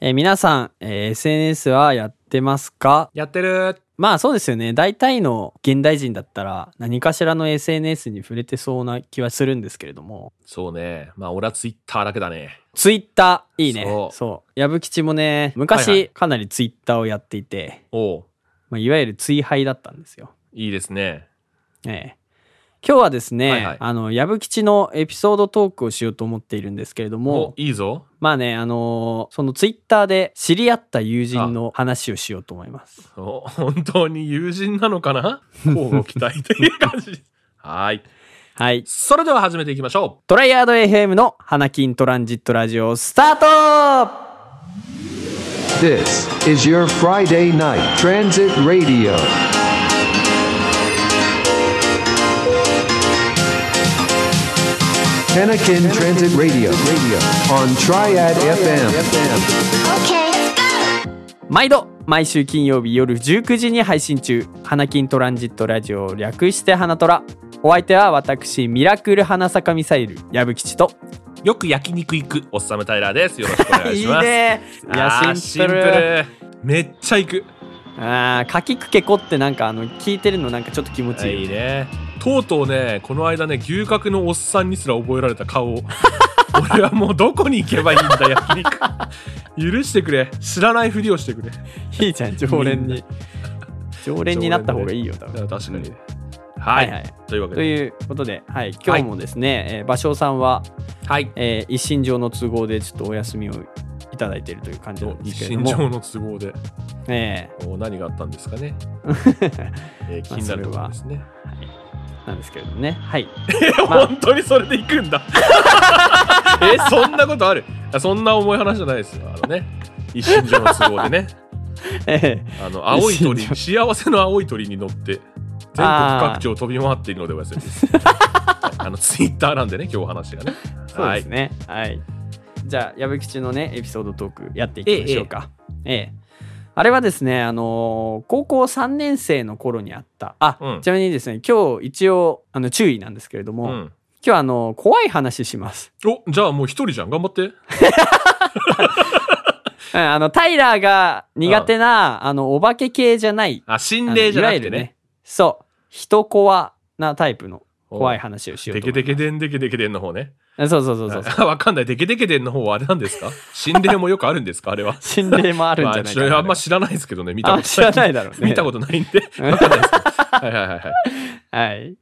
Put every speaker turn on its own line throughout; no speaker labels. えー皆さん、えー SNS はやってますか
やってる
まあそうですよね。大体の現代人だったら何かしらの SNS に触れてそうな気はするんですけれども。
そうね。まあ、俺はツイッターだけだね。
ツイッター、いいね。そ。
そうう
矢吹吉もね、昔、
はいはい
かなりツイッターをやっていて、
おう
まあ、いわゆる追廃だったんですよ。
いいですね。
ええ。今日はですね、
はいはい
あの、矢吹吉のエピソードトークをしようと思っているんですけれど
お
も、
いいぞ。
まあね、あのーそのツイッターで知り合った友人の話をしようと思います。
お本当に友人なの かな交互期待という感じ。はい。
はい。
それでは始めていきましょ
トライアード FM の花金トランジットラジオスタート
This is your Friday night transit radio. Pelican Transit Radio, radio on Triad FM.
毎度毎週金曜日夜19時に配信中花金トランジットラジオ略して花トラお相手は私ミラクル花坂ミサイル矢吹吉と
う。よく焼肉行く、おっさむタイラーです。よろしくお願いします。
ね い
あ
や
ー
シンプル
ルめっちゃ行く。
あーかきくけこってなんかあの聞いてるのなんかちょっと気持ちいいよ
いい
ね
ね。とうとうね、この間ね、牛角のおっさんにすら覚えられた顔 を。俺はもうどこに行けばいいんだ、焼肉。許してくれ。知らないふりをしてくれ。
いいじゃん常連
み
に常連になった方がいいよ多分
うん確かにね。
は
はいい、
はい
というわけ
と
で。
いうことで、はい、今日もですね、えー芭蕉さんは、
はい。
えー一身上の都合でちょっとお休みをいただいているという感じなんですけれど
心
も、
情の都合で。
え
お何があったんですかね。えー気
まあ
になるところですね。
ーなんですけれどもね、はい、 まあ
本当にそれで行 くんだ。え、そんなことあるあそんな重い話じゃないですよ。あのね、一心上の都合でね。
えー
あの青い鳥
一
幸せの青い鳥に乗って全
あー
国各地を飛び回っているのでお休みです あのツイッターなんでね今日お話がね
そうですね、はい、じゃあ矢吹吉のねエピソードトークやっていきましょうか、ええあれはですね、あのー高校3年生の頃にあったあ、
うん
ちなみにですね今日一応あの注意なんですけれども、
はい、う
今
ん、
日はあの怖い話します
おじゃあもう一人じゃん頑張って
うんあの、タイラーが苦手な、あの、お化け系じゃない。
あ心霊じゃな
あ
くて
のいわゆる
ね。
そう。人コアなタイプの
お
怖い話をしよう
デ
と思
ケ
う。
デケデンデケデケデンの方ね
そうそうそうそう。
あ わかんないデケデケデンの方はあれなんで すか心霊もよくあるんですかあれは
心霊もあるんじゃないかな。
まあ、あんま知らないですけどね見た
あ
こと
知らないだろうね。
見たことないん で
うん
わかんないですはいはいはいはい
はい。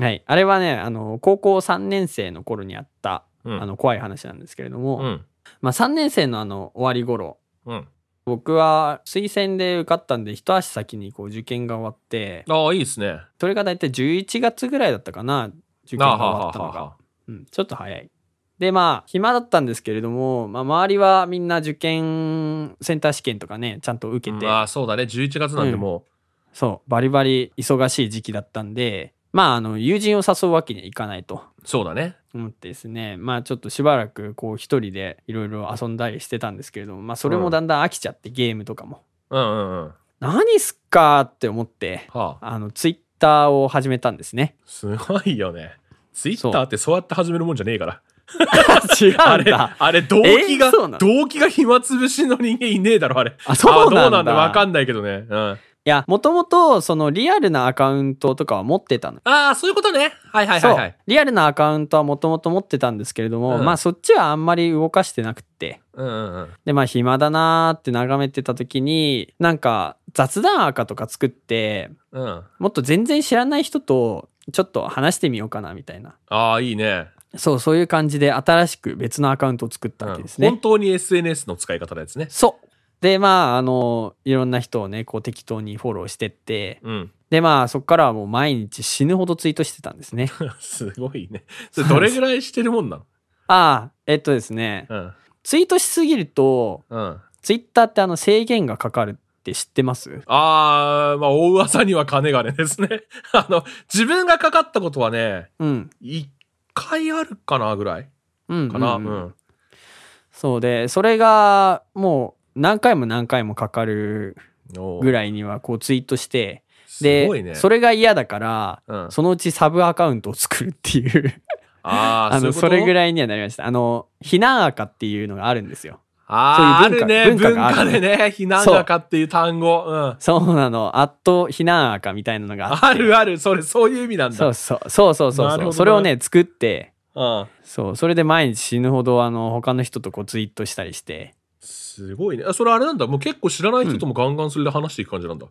はい。あれはね、あの、高校3年生の頃にあった、
うん
あの、怖い話なんですけれども、
うん
まあ、3年生のあの、終わり頃、
うん
僕は推薦で受かったんで、一足先にこう受験が終わって、
ああいいですね
それが大体11月ぐらいだったかな、受験
あ
が
あ
終わ
は
っ
あ
たの
はあ
が。
は
うん、ちょっと早い。で、まあ、暇だったんですけれども、まあ、周りはみんな受験センター試験とかね、ちゃんと受け
あ、うん
て、
ああそうだね11月なんてもう、
そう、バリバリ忙しい時期だったんで、まあ、あの、友人を誘うわけにはいかないと
そうだね
思ってですね、まあ、ちょっとしばらく、こう、一人でいろいろ遊んだりしてたんですけれども、まあ、それもだんだん飽きちゃって、ゲームとかも。
うんうんうんは
何すっかって思って、
あ
あの、ツイッターを始めたんです ね。
すごいよね。ツイッターってそうやって始めるもんじゃねえから。
違
あ
うん
れ、
だ。
あれ動機
え
が
そうなの、
動機が暇つぶしの人間いねえだろ、あれ。
あそうなんだ
あどうなんだわかんないけどね。うん。あ
いや、もともと、その、リアルなアカウントとかは持ってたの。
あ、そういうことね。はいはい
そ
は
う
いはい。
リアルなアカウントはもともと持ってたんですけれども、
うん
まあそっちはあんまり動かしてなくって。
うんうんうん。
で、まあ暇だなーって眺めてた時に、なんか雑談アカとか作って、
うん。あ
もっと全然知らない人とちょっと話してみようかなみたいな。
あ、いいね。
そう、そういう感じで新しく別のアカウントを作ったわけですね。
うん本当に SNS の使い方のやつね。
そう。で、まあ、あの、いろんな人をね、こう適当にフォローしてって、
うん。
で、まあ、そっからはもう毎日死ぬほどツイートしてたんですね。
すごいね。それどれぐらいしてるもんなの
ああ、えっとですね、
うん。
ツイートしすぎると、
うん。あ
ツイッターってあの制限がかかるって知ってます
あー、まあ、大噂には金がねですね。 あの、自分がかかったことはね、
うん。
一回あるかなぐらい
うん。
かな。
うん
うん
そうで、それがもう何回も何回もかかるぐ
ぐい。
らいにはこうツイートして、
す
で、
ごいね。
それが嫌だから、
うん
そのうちサブアカウントを作るっていう、
あ
あの、それぐ
い。
らいにはなりました。あの、避難アカっていうのがあるんですよ。
あーあ
そういう文
る
化
ね文
文化があ
化
る
でね避難中っていう単語うん
そうなの。アット避難赤みたいなのがあって
あるあるそれそういう意味なんだ
そうそうそうそうそう
なる
そう。
ほどね
それをね、作って、
うん、
そう、それで毎日死ぬほど、あの、他の人とこうツイートしたりして。
すごいねあそれあれなんだもう結構知らない人ともガンガンそれで話していく感じなんだ、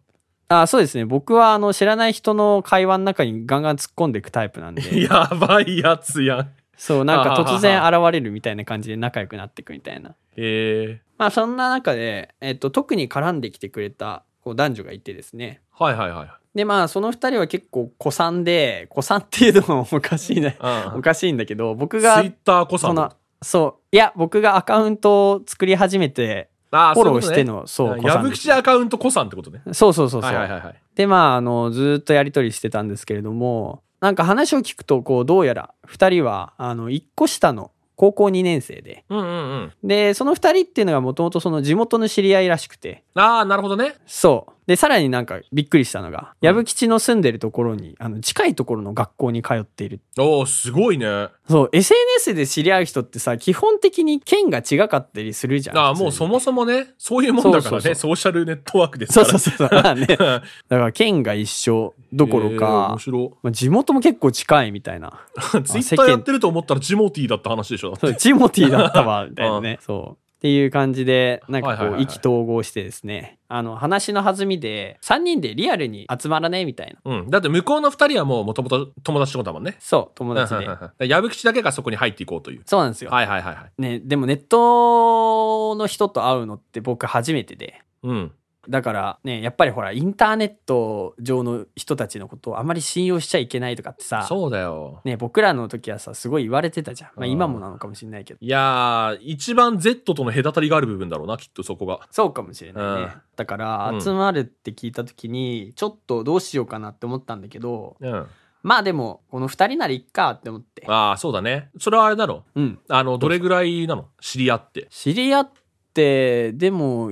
あそうですね。僕は、あの、知らない人の会話の中にガンガン突っ込んでいくタイプなんで、
やばいやつやん
そう、なんか突然
あは
現れるみたいな感じで仲良くなっていくみたいな。
え
まあ、そんな中で、えっと、特に絡んできてくれた、こう、男女がいてですね。
ー、はいはいはい
で、まあ、その二人は結構、子さんで、子さんっていうのもおかしいね。
う
お
ん
かしいんだけど、僕
ツイ
が、
ッターこ
そ
さん
の、そう、いや、僕がアカウントを作り始めて、
あ
フォローしての、
そ
そう、
いううこ
子
とね
さ
矢
んです
吹アカウントこさんってことね
そうそうそうそう。
はいはいはいはい
でまああのずーっとやり取りしてたんですけれどもなんか話を聞くとこうどうやら2人はあの1個下の高校2年生で
うんうんうん
でその2人っていうのがもともとその地元の知り合いらしくて
ああなるほどね
そうでさらになんかびっくりしたのが
うん
矢吹吉の住んでるところにあの近いところの学校に通っている
おおすごいねあ
そう SNS で知り合う人ってさ基本的に県が違かったりするじゃん
あーもうそもそもねそういうもんだからね
そうそう
ソーシャルネットワークですか
そう
ら
そうそう そうまあねだ
うん
から県が一緒どころ
えー
か
面、白
まあ、地元も結構近いみたいな
ツイッターやってると思ったらジモティーだった話でしょだって
そうジモティーだった わ、みたいなね。そう。っていう感じで、なんか
はいはい
こ
は
う、
い
意気投合してですね、あの、話の弾みで、3人でリアルに集まらねみたいな。
うん。だって向こうの二人はもうもともと友達ってことだもんね。
そう、友
うんうん
達
うんう
で
ん だ。から矢吹だけがそこに入っていこうという。
そうなんですよ。
はいはいはいはい。
ね、でもネットの人と会うのって僕初めてで。
うん。
だからね、やっぱりほら、インターネット上の人たちのことをあまり信用しちゃいけないとかってさ、
そうだよ。
ね、僕らの時はさ、すごい言われてたじゃん。まあ
うん
今もなのかもしれないけど。
いやー、一番 Z との隔たりがある部分だろうな、きっとそこが。
そうかもしれないね、
うん
だから
うん
集まるって聞いた時にちょっとどうしようかなって思ったんだけど、
うん。あ
まあでもこの2人ならいっかって思って、
あー、そうだね。それはあれだろ。
うん、
あの、どれぐらいなの知り合って。
知り合ってでも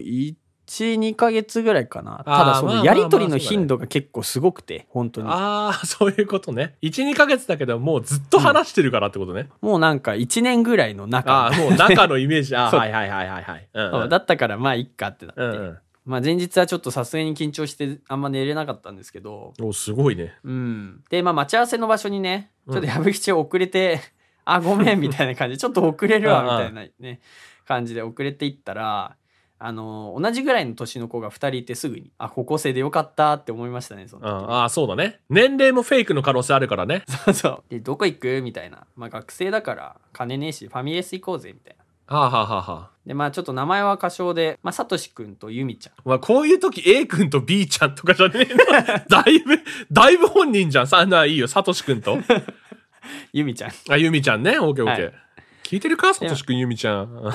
12ヶ月ぐらいかな
あー
ただそ
まあま
の
あまあ
やり取りの頻度が結構すごくて本当に
ああ、そういうことね。1、2ヶ月だけど、もうずっと話してるからってことね。
もうなんか1年ぐらいの
あ
中
あ、もう中のイメージ。ああ、
そう
はいはいはいはいはい。うん。
そううんだったからまあいっかってなって、
うんうん
まあ、前日はちょっとさすがに緊張してあんま寝れなかったんですけど、
おすごいね。
うん、で、まあ、待ち合わせの場所にね
うん
ちょっと矢吹吉遅れて 「あごめん」みたいな感じでちょっと遅れるわみたいなね感じで遅れていったらあの同じぐらいの年の子が2人いてすぐに「あ高校生でよかった」って思いましたねその
う
時
んああ、そうだね。年齢もフェイクの可能性あるからね。
そうそうで「どこ行く?」みたいな「まあ、学生だから金ねえしファミレス行こうぜ」みたいな。
はあはあはあはあ。
でまあちょっと名前は仮称で、まあ、さとしくんとゆみちゃん
まあ、こういう時 A 君と B ちゃんとかじゃねえのだいぶ、だいぶ本人じゃん。さあ、ないいよ。さとし君と。
ゆみちゃん
あ、ゆみちゃんね。オッケーオッケー。
は
聞いてるかさとし君、ゆみちゃん。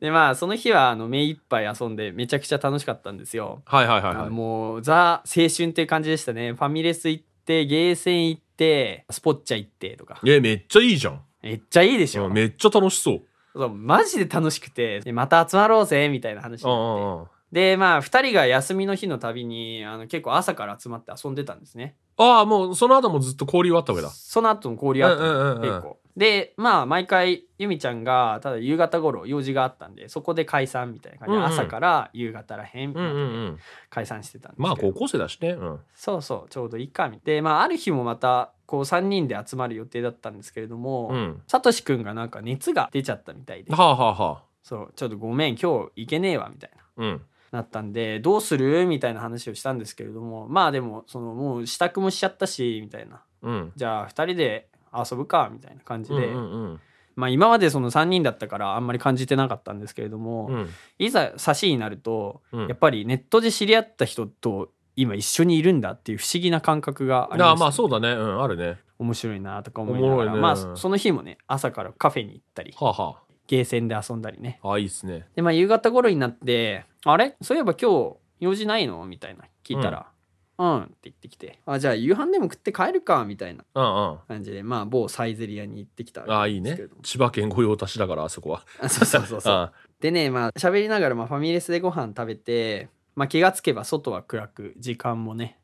でまあその日はあの目いっぱい遊んでめちゃくちゃ楽しかったんですよ
はいはいはい
あ
は
の
い。
もうザ青春っていう感じでしたねファミレス行ってゲーセン行ってスポッチャ行ってとか
え、めっちゃいいじゃん。
めっちゃいいでしょ、
うんめっちゃ楽しそう。
そうマジで楽しくてでまた集まろうぜみたいな話に
う
なっ
ん
て
うんうん。
でまあ2人が休みの日のたびにあの結構朝から集まって遊んでたんですね
ああ、もうその後もずっと交流あったわけだ。
その後も交流あったの、
うんうんうんうん
結構でまあ毎回ゆみちゃんがただ夕方頃用事があったんでそこで解散みたいな感じで、
うんうん
朝から夕方らへんみた
う
い
んうん
な
うん。
解散してたんですけど
まあ、高校生だしね。うん。
そうそうちょうどいいかみたいなで、まあ、ある日もまたこう3人で集まる予定だったんですけれども、
うん。
さとしくんがなんか熱が出ちゃったみたいで
はあはあはあ。
そうちょっとごめん今日行けねえわみたいな
うん。
なったんでどうするみたいな話をしたんですけれどもまあでもそのもう支度もしちゃったしみたいな
うん。
じゃあ2人で遊ぶかみたいな感じ
う
で、
んうんうん
まあ今までその3人だったからあんまり感じてなかったんですけれども、
うん。
いざ差しになると、
うん
やっぱりネットで知り合った人と今一緒にいるんだっていう不思議な感覚がありまし
ああ、
た
まあそうだね。うん、あるね。
面白いなとか思いながら、
おもろいね
まあその日もね朝からカフェに行ったり
はあは
ゲーセンで遊んだりね
あ。ああ、いいっすね。
でまあ夕方頃になって「あれそういえば今日用事ないの?」みたいな聞いたら「うん」って言ってきて「あじゃあ夕飯でも食って帰るか」みたいな
うんうん。
感じでまあ某サイゼリアに行ってきた
あ
わ
あ、
け
いい
なんです
ね
けれども。
千葉県御用達だから、あそこは。
あ そうそうそうそう
あ
でねまあ喋りながらまあファミレスでご飯食べて、まあ、気がつけば外は暗く時間もね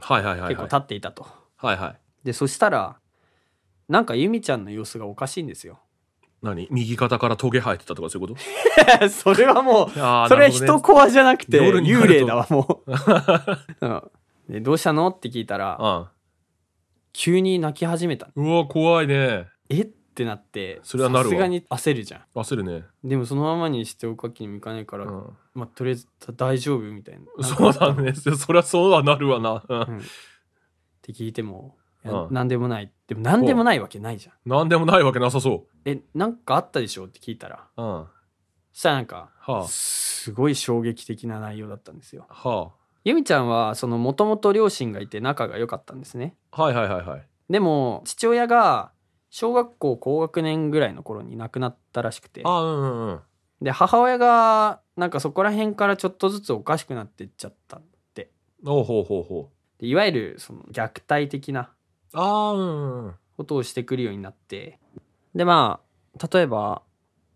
あはいはいは
結
い
構
はい。
経っていたと、
はいはい。
でそしたらなんかゆみちゃんの様子がおかしいんですよ
何右肩からトゲ生えてたとかそういうこ と
それはもう、
あー
それは
なるほど
人
ね
コアじゃなくて、
夜にな
幽
ると
霊だわ、もう。 うんでどうしたのって聞いたら、
ああ
急に泣き始めた。
うわ怖いね
えってなって、
それはなる
さ
わ
すがに焦るじゃん。
焦るね、
でもそのままにしておかきにもいかないから、
うん、
まあ、とりあえず大丈夫み たいな。
そうだねそりゃそうはなるわな、うん
って聞いても、い
うん
なんでもない。でもなんでもないわけないじゃん。
何でもないわけなさそ
え、なんかあったでしょって聞いたら、
う、うん、は
そしたらなんか、
あ
すごい衝撃的な内容だったんですよ。
は
ゆみちゃんは、その、もともと両親がいて仲が良かったんですね。
あはいはいはいはい
でも、父親が、小学校高学年ぐらいの頃に亡くなったらしくて。
あうんうんうん
で、母親が、なんかそこら辺からちょっとずつおかしくなってっちゃった。
おうほうほうほ
でいわゆる、その、虐待的な
うああうんうん
ことをしてくるようになってでまあ例えば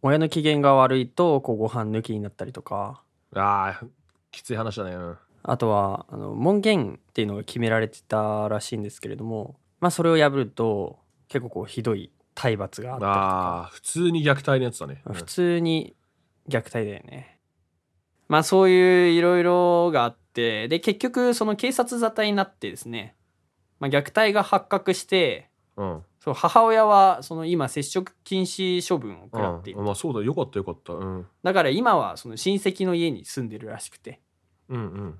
親の機嫌が悪いとこうご飯抜きになったりとか
あーきつい話だねうん
あとはあの門限っていうのが決められてたらしいんですけれどもまあそれを破ると結構こうひどい体罰があったりと
あ
か
あ普通に虐待のやつだね、うん
普通に虐待だよね。まあそういういろいろがあってで結局その警察沙汰になってですね、まあ、虐待が発覚して
うん
そう母親はその今接触禁止処分を食らっていて
うん、まあそうだよかったよかったうん
だから今はその親戚の家に住んでるらしくて。
うんうん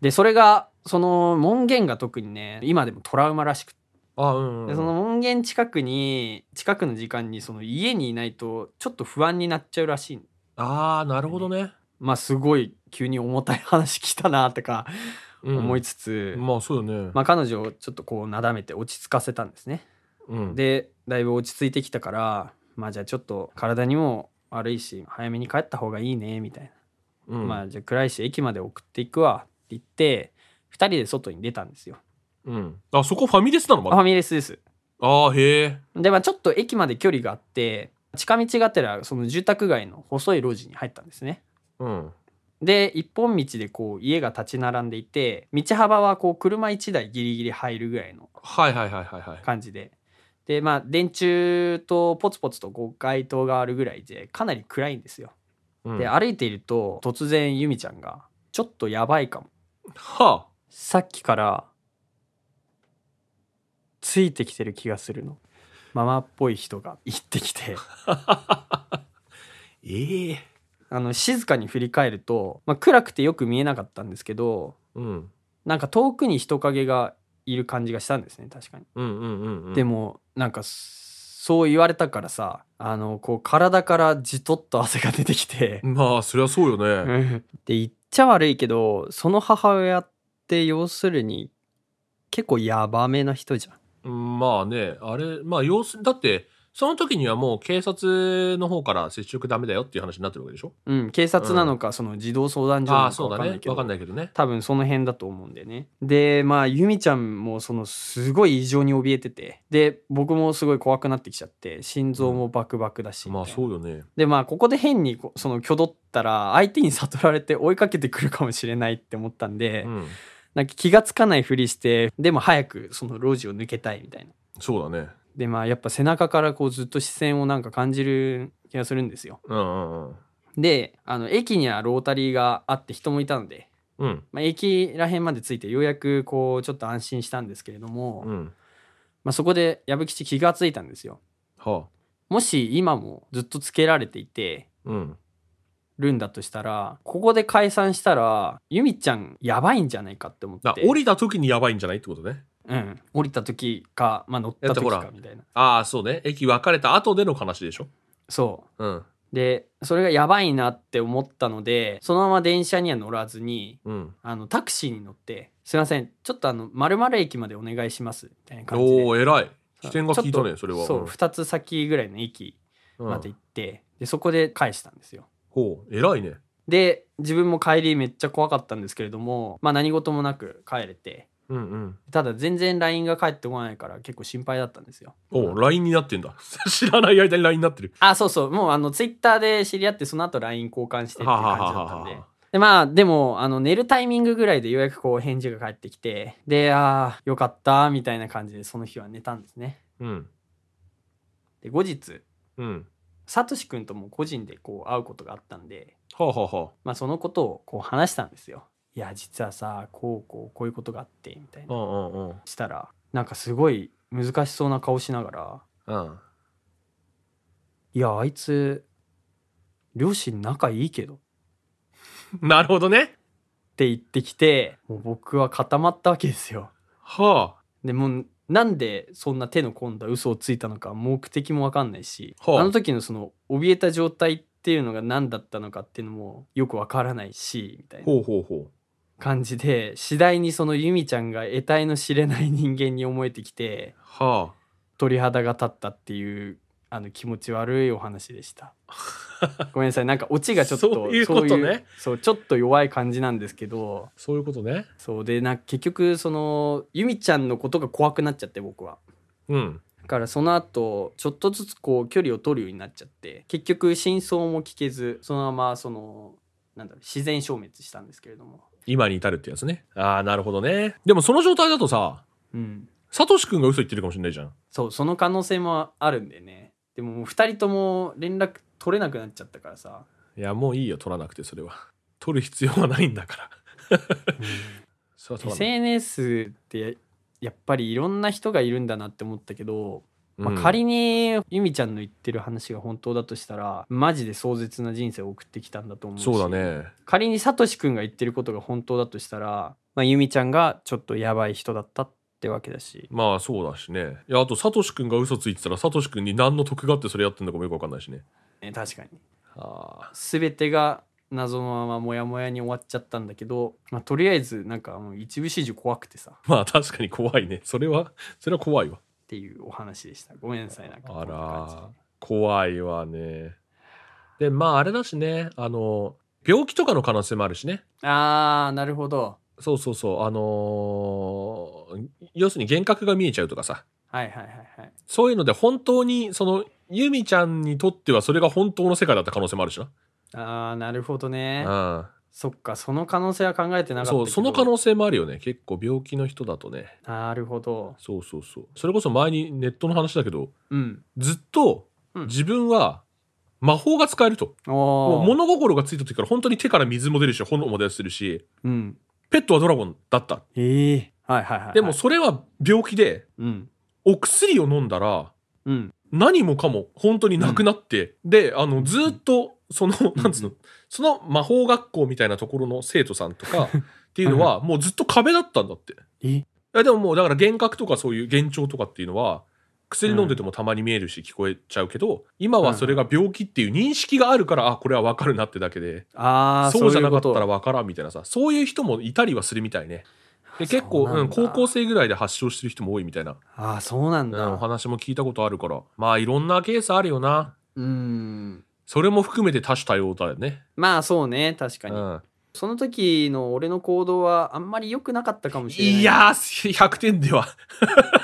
で、それが、その門限が特にね、今でもトラウマらしくて、
あうん、うん、
でその門限近くに、近くの時間にその家にいないとちょっと不安になっちゃうらしい。
ああなるほどね、
まあすごい急に重たい話来たなとか
うん
思いつつ、
まあそうよね、
まあ彼女をちょっとこうなだめて落ち着かせたんですね。
うん、
で、だいぶ落ち着いてきたから、まあじゃあちょっと体にも悪いし、早めに帰った方がいいね、みたいな。
うん、
まあじゃあ暗いし駅まで送っていくわって言って2人で外に出たんですよ
うん、あそこファミレスなのま
フ
だ
ァミレスです
ああへえ
でまあちょっと駅まで距離があって近道がてらその住宅街の細い路地に入ったんですね
うん
で一本道でこう家が立ち並んでいて道幅はこう車1台ギリギリ入るぐらいの
はいはいはいはいはい
感じででまあ電柱とポツポツとこう街灯があるぐらいでかなり暗いんですよ
うん
で歩いていると突然ユミちゃんが「ちょっとやばいかも」
は
さっきからついてきてる気がするのママっぽい人が行ってき て
あええ
あの静かに振り返ると、まあ、暗くてよく見えなかったんですけど
うん
なんか遠くに人影がいる感じがしたんですね確かに、
うんうんうんうん
でもなんかそう言われたからさあのこう体からじとっと汗が出てきて
まあそりゃそうよね、
で言っちゃ悪いけどその母親って要するに結構ヤバめな人じゃん
まあねあれまあ様子だってその時にはもう警察の方から接触ダメだよっていう話になってるわけでしょ
うん、警察なのか、その児童相談所
あ
な
あ
のか
そう
わ
だ
かんない
ね
けど
わかんないけどね
多分その辺だと思うんだよねでまあ由美ちゃんもそのすごい異常に怯えててで僕もすごい怖くなってきちゃって心臓もバクバクだし、
まあ
みたいな
そうよね
でまあここで変にこその挙取ったら相手に悟られて追いかけてくるかもしれないって思ったんで、
うん
なんか気がつかないふりしてでも早くその路地を抜けたいみたいな
そうだね
でまあやっぱ背中からこうずっと視線をなんか感じる気がするんですよ
うんうんうん
であの駅にはロータリーがあって人もいたので、
うん
まあ、駅らへんまで着いてようやくこうちょっと安心したんですけれども、
うん
まあ、そこで矢吹吉気がついたんですよ
はあ
もし今もずっとつけられていて
うん
るんだとしたらここで解散したら由美ちゃんやばいんじゃないかって思
だ
って
降りた時にやばいんじゃないってことね
うん、降りた時か、まあ、乗った時
だってほ
からみたいな
ああそうね駅別れた後での話でしょ
そう
うん
でそれがやばいなって思ったのでそのまま電車には乗らずに
うん
あのタクシーに乗って「すいませんちょっとあの〇〇駅までお願いします」みたいな感じで
おお偉い
さ
起点が効いた
ちょっ
ね
と
それは
そう
うん
2つ先ぐらいの駅
うん
まで行って、でそこで返したんですよ
ほう偉いね
で自分も帰りめっちゃ怖かったんですけれどもまあ何事もなく帰れて
うんうん
ただ全然 LINE が返ってこないから結構心配だったんですよ
おう LINE になってんだ 知らない間に LINE になってる
あそうそうもうあの Twitter で知り合ってその後 LINE 交換してっていう
はあ
感
は
じ
あ
だ
は
ったん
あ
で
はあ
でまあでもあの寝るタイミングぐらいでようやくこう返事が返ってきてでああよかったみたいな感じでその日は寝たんですね
うん
で後日
うん。
サトシ君とも個人でこう会うことがあったんで、
はあ、はあは
まあ、そのことをこう話したんですよ。いや実はさこうこうこういうことがあってみたい
あ、う
なん
うんうん。
したらなんかすごい難しそうな顔しながら
うん。
「いやあいつ両親仲いいけど」っ
なるほどね。
て言ってきてもう僕は固まったわけですよ。
は
でもうなんでそんな手の込んだ嘘をついたのか目的も分かんないし、
はあ
あの時のその怯えた状態っていうのが何だったのかっていうのもよく分からないしみた
あ。
いな
ほうほうほ
感じで次第にそのユミちゃんが得体の知れない人間に思えてきて
う。は
鳥肌が立ったっていうあの気持ち悪いお話で した。ごめんなさいなんかオチがちょっと
そういうこ
そ
とね
ういうそうちょっと弱い感じなんですけど
あ。そういうことね。
そうでな結局そのユミちゃんのことが怖くなっちゃって僕は。
うん。
だからその後ちょっとずつこう距離を取るようになっちゃって結局真相も聞けずそのままそのなんだろう自然消滅したんですけれども、
今に至るってやつね。ああ、なるほどね。でもその状態だとさ、
うん、
サトシ君が嘘言ってるかもしれないじゃん。
そうその可能性もあるんでねでももう2人とも連絡取れなくなっちゃったからさ、
いや、もういいよ、取らなくて、それは。 取る必要はないんだから。 それは取らない。
SNS ってやっぱりいろんな人がいるんだなって思ったけど、まあ
うん
仮にゆみちゃんの言ってる話が本当だとしたらマジで壮絶な人生を送ってきたんだと思うし
そうだね。
仮にサトシ君が言ってることが本当だとしたら、まあ、ユミちゃんがちょっとやばい人だったってわけだし
まあそうだしね。いや、あと、サトシ君が嘘ついてたら、サトシ君に何の得があってそれやってんのかもよくわかんないしね。
ね確かに
ああ。
全てが謎のままモヤモヤに終わっちゃったんだけど、まあ、とりあえずなんかもう一部始終怖くてさっ
まあ確かに怖いね。それは、それは怖いわ。
ていうお話でしたごめんなさいなんかこ
あ
んな
ら
感、
怖いわね。で、まああれだしね、あの、病気とかの可能性もあるしね。
じあーなるほど
そうそうそう、あのー要するに幻覚が見えちゃうとかさ、
はいはいはいはい
そういうので本当に、その、ユミちゃんにとってはそれが本当の世界だった可能性もあるしな。
あーなるほどね
うん。
そっかその可能性は考えてなかったけ
そ
ど
う、その可能性もあるよね。結構病気の人だとね。
なるほど
そうそうそう。それこそ前にネットの話だけど、
うん
ずっと
うん
自分は魔法が使えると。も
お
う
ー
物心がついた時から本当に手から水も出るし、炎も出するし、
うん
ペットはドラゴンだった。
ええはいはいはいはい
でもそれは病気で、
うん
お薬を飲んだら、
うん
何もかも本当になくなって、で、あの、ずーっと、その、なんつうの、その魔法学校みたいなところの生徒さんとかっていうのは、もうずっと壁だったんだって。
え
いやでももう、だから幻覚とかそういう幻聴とかっていうのは、薬飲んでてもたまに見えるし聞こえちゃうけど、今はそれが病気っていう認識があるから、あ、これはわかるなってだけで、
ああ
そうじゃなかった
そうい
ら
うこ
わからんみたいなさ、そういう人もいたりはするみたいね。で結構
そう
う、
なんんだ
高校生ぐらいで発症してる人も多いみたいな。
とああそうなん
うん、お
だ
話も聞いたことあるから。まあいろんなケースあるよな。
うん
それも含めて多種多様だよね。
まあそうね確か
う
に、
ん、
その時の俺の行動はあんまり良くなかったかもしれない
いやー、100点では。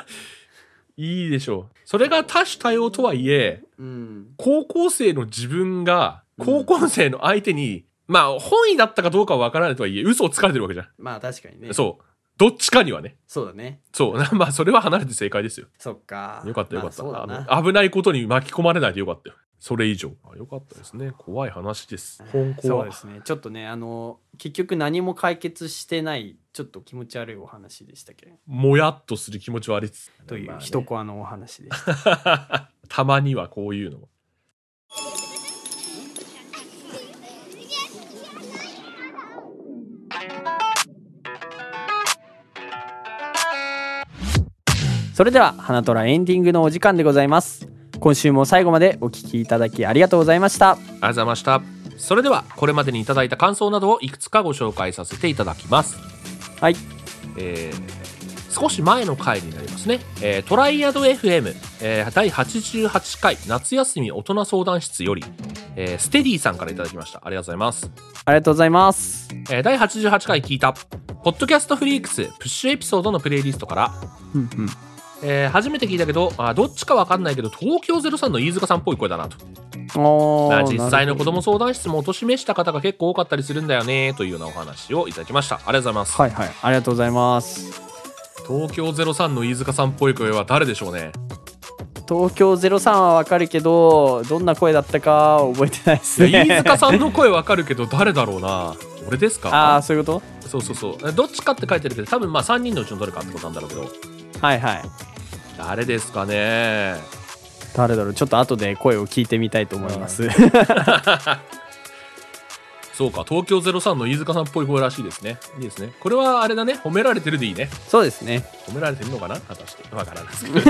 いいでしょう。それが多種多様とはいえ、
うん
高校生の自分が、
うん
高校生の相手に、まあ本意だったかどうかはわからないとはいえ、嘘をつかれてるわけじゃん。
まあ確かにね
そう。どっちかにはね。
そうだね
そう。 まあそれは離れて正解ですよ。
そっか
よかったよかった、
まあそうだな
あの危ないことに巻き込まれないでよかったよ。それ以上。あよかったですね。怖い話です。本校
そう
は
で。すねちょっとねあの結局何も解決してないちょっと気持ち悪いお話でしたけど
もやっとする気持ちはありつつ。
とい
まあ
う
ね
一コアのお話でした
たまにはこういうのも。
それでは花虎エンディングのお時間でございます今週も最後までお聞きいただきありがとうございました
ありがとうございました。それでは、これまでにいただいた感想などをいくつかご紹介させていただきます。
はい
えー少し前の回になりますね。えートライアド FM、えー第88回夏休み大人相談室より、えーステディさんからいただきました。ありがとうございます。
ありがとうございます
えー第88回聞いた、ポッドキャストフリークスプッシュエピソードのプレイリストから、
うんうん
えー初めて聞いたけど、あーどっちかわかんないけど、東京03の飯塚さんっぽい声だなと。
お
まあ
ー
実際
なる
の子供相談室もお年めした方が結構多かったりするんだよねというようなお話をいただきましたありがとうございます、
ほどはいはいありがとうございます
東京03の飯塚さんっぽい声は誰でしょうね
東京03はわかるけどどんな声だったか覚えて ないですね
いや飯塚さんの声わかるけど誰だろうな俺です
ああ
か
そういうこ
そうそうそうどっちかって書いてるけど多分まあ3人のうちのどれかってことなんだろうけど
とはいはい
誰ですかね
誰だろうちょっと後で声を聞いてみたいと思います、
そうか東京03の飯塚さんっぽい声らしいですねいいですねこれはあれだね褒められてるでいいね
そうですね
褒められてるのかな果たしてわからないです けど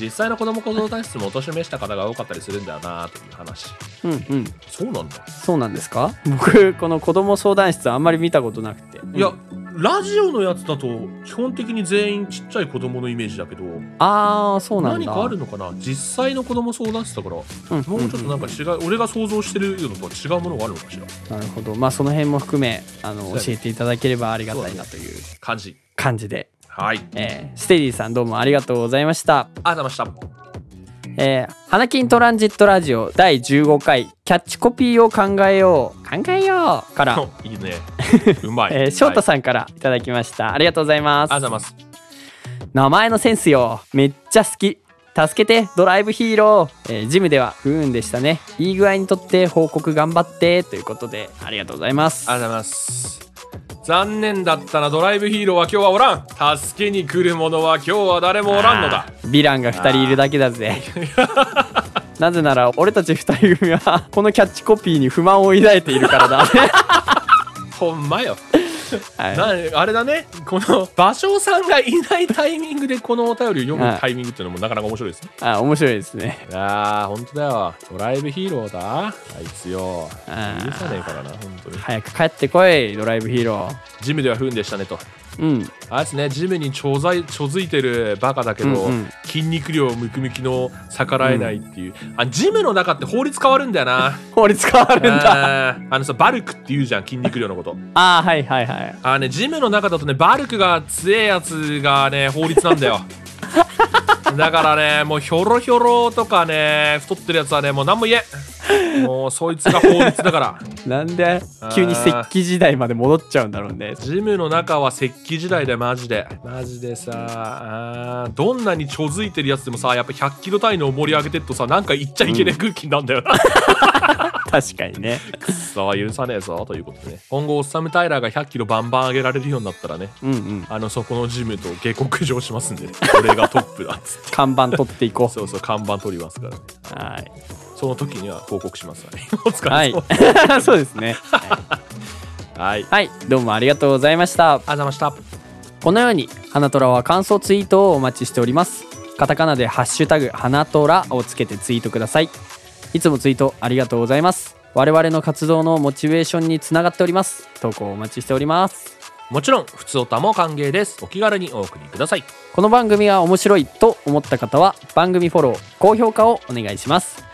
実際の子供子相談室もお年を召した方が多かったりするんだよなという話
うんうん
そうなんだ、
そうなんですか僕この子供相談室あんまり見たことなくて
いやラジオのやつだと基本的に全員ちっちゃい子供のイメージだけど
ああそうなんだ
何かあるのかな実際の子供相談室だからも
うん
うちょっとなんか違う、俺が想像してるのとは違うものがあるのかしら
なるほどまあその辺も含めあの
うだね
教えていただければありがたいなという
感じ
感じで、
はい
えーステディさんどうもありがとうございました
ありがとうございました
えー、花金トランジットラジオ第15回キャッチコピーを考えよう考えよう から、
いいね。うまい。
えー、翔太
ん、
さんからいただきましたありがとうございます
ありがとうございます。
名前のセンスよめっちゃ好き助けてドライブヒーロー、えージムでは不運でしたねいい具合にとって報告頑張ってということでありがとうございます
ありがとうございます。残念だったな、ドライブヒーローは今日はおらん。助けに来る者は今日は誰もおらんのだ。
あーヴィランが2人いるだけだぜ なぜなら俺たち2人組はこのキャッチコピーに不満を抱いているからだ、
ほんまよ。
はい
なあれだね、この芭蕉さんがいないタイミングでこのお便りを読むタイミングっていうのもなかなか面白いですね。
あー面白いですね
ああ、本当だよ。ドライブヒーローだ。あいつよ。
あー
許さねえからな、本当に。
早く帰ってこいドライブヒーロ
ジムでは不運でしたねと。
ーうん
あれですね、ジムにちょざいちょづいてるバカだけど、
うんうん
筋肉量ムキムキの逆らえないっていう、あジムの中って法律変わるんだよな
法律変わるんだ
あーあのさバルクって言うじゃん筋肉量のこと
ああはいはいはい
あーねジムの中だとねバルクが強えやつがね法律なんだよ だからねもうひょろひょろとかね太ってるやつはねもう何も言えもうそいつが法律だから
なんで急に石器時代まで戻っちゃうんだろうね
ジムの中は石器時代だよマジでマジでさあーどんなにちょづいてるやつでもさやっぱ100キロ単位の重り上げてっとさなんか言っちゃいけない空気になんだよな、
確かにね
さあ許さねえぞということでね今後オッサム・タイラーが100キロバンバン上げられるようになったらね
うんうん
あのそこのジムと下克上しますん で、ね、俺がトップだっつって
看板取っていこ
そうそう看板取りますからね
うはい
その時には報告しますわねお疲
は
れ様
い そうですね
はい、はい、ありがとう
はいどうもありがとうございました
ございました
このように「花虎」は感想ツイートをお待ちしておりますカタカナで「ハッシュタグ花虎」をつけてツイートくださいいつもツイートありがとうございます我々の活動のモチベーションにつながっております投稿お待ちしております
もちろん普通オタも歓迎ですお気軽にお送りください
この番組が面白いと思った方は番組フォロー高評価をお願いします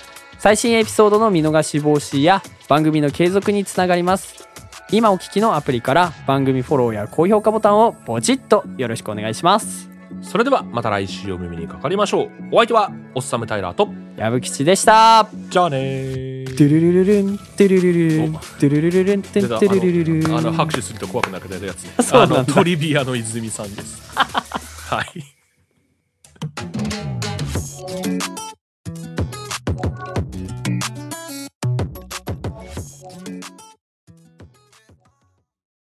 最新エピソードの見逃し防止や番組の継続につながります今お聞きのアプリから番組フォローや高評価ボタンをポチッとよろしくお願いします
それではまた来週お耳にかかりましょうお相手はオッサム・タイラーと
矢吹吉でした
じゃあねー
トゥルルルルントゥルルルルントゥルルルルント
出
ゥ
たあ
ルルルルルン
のあの拍手すると怖くなくなるやつね
そうなんだ
あのトリビアの泉さんですはい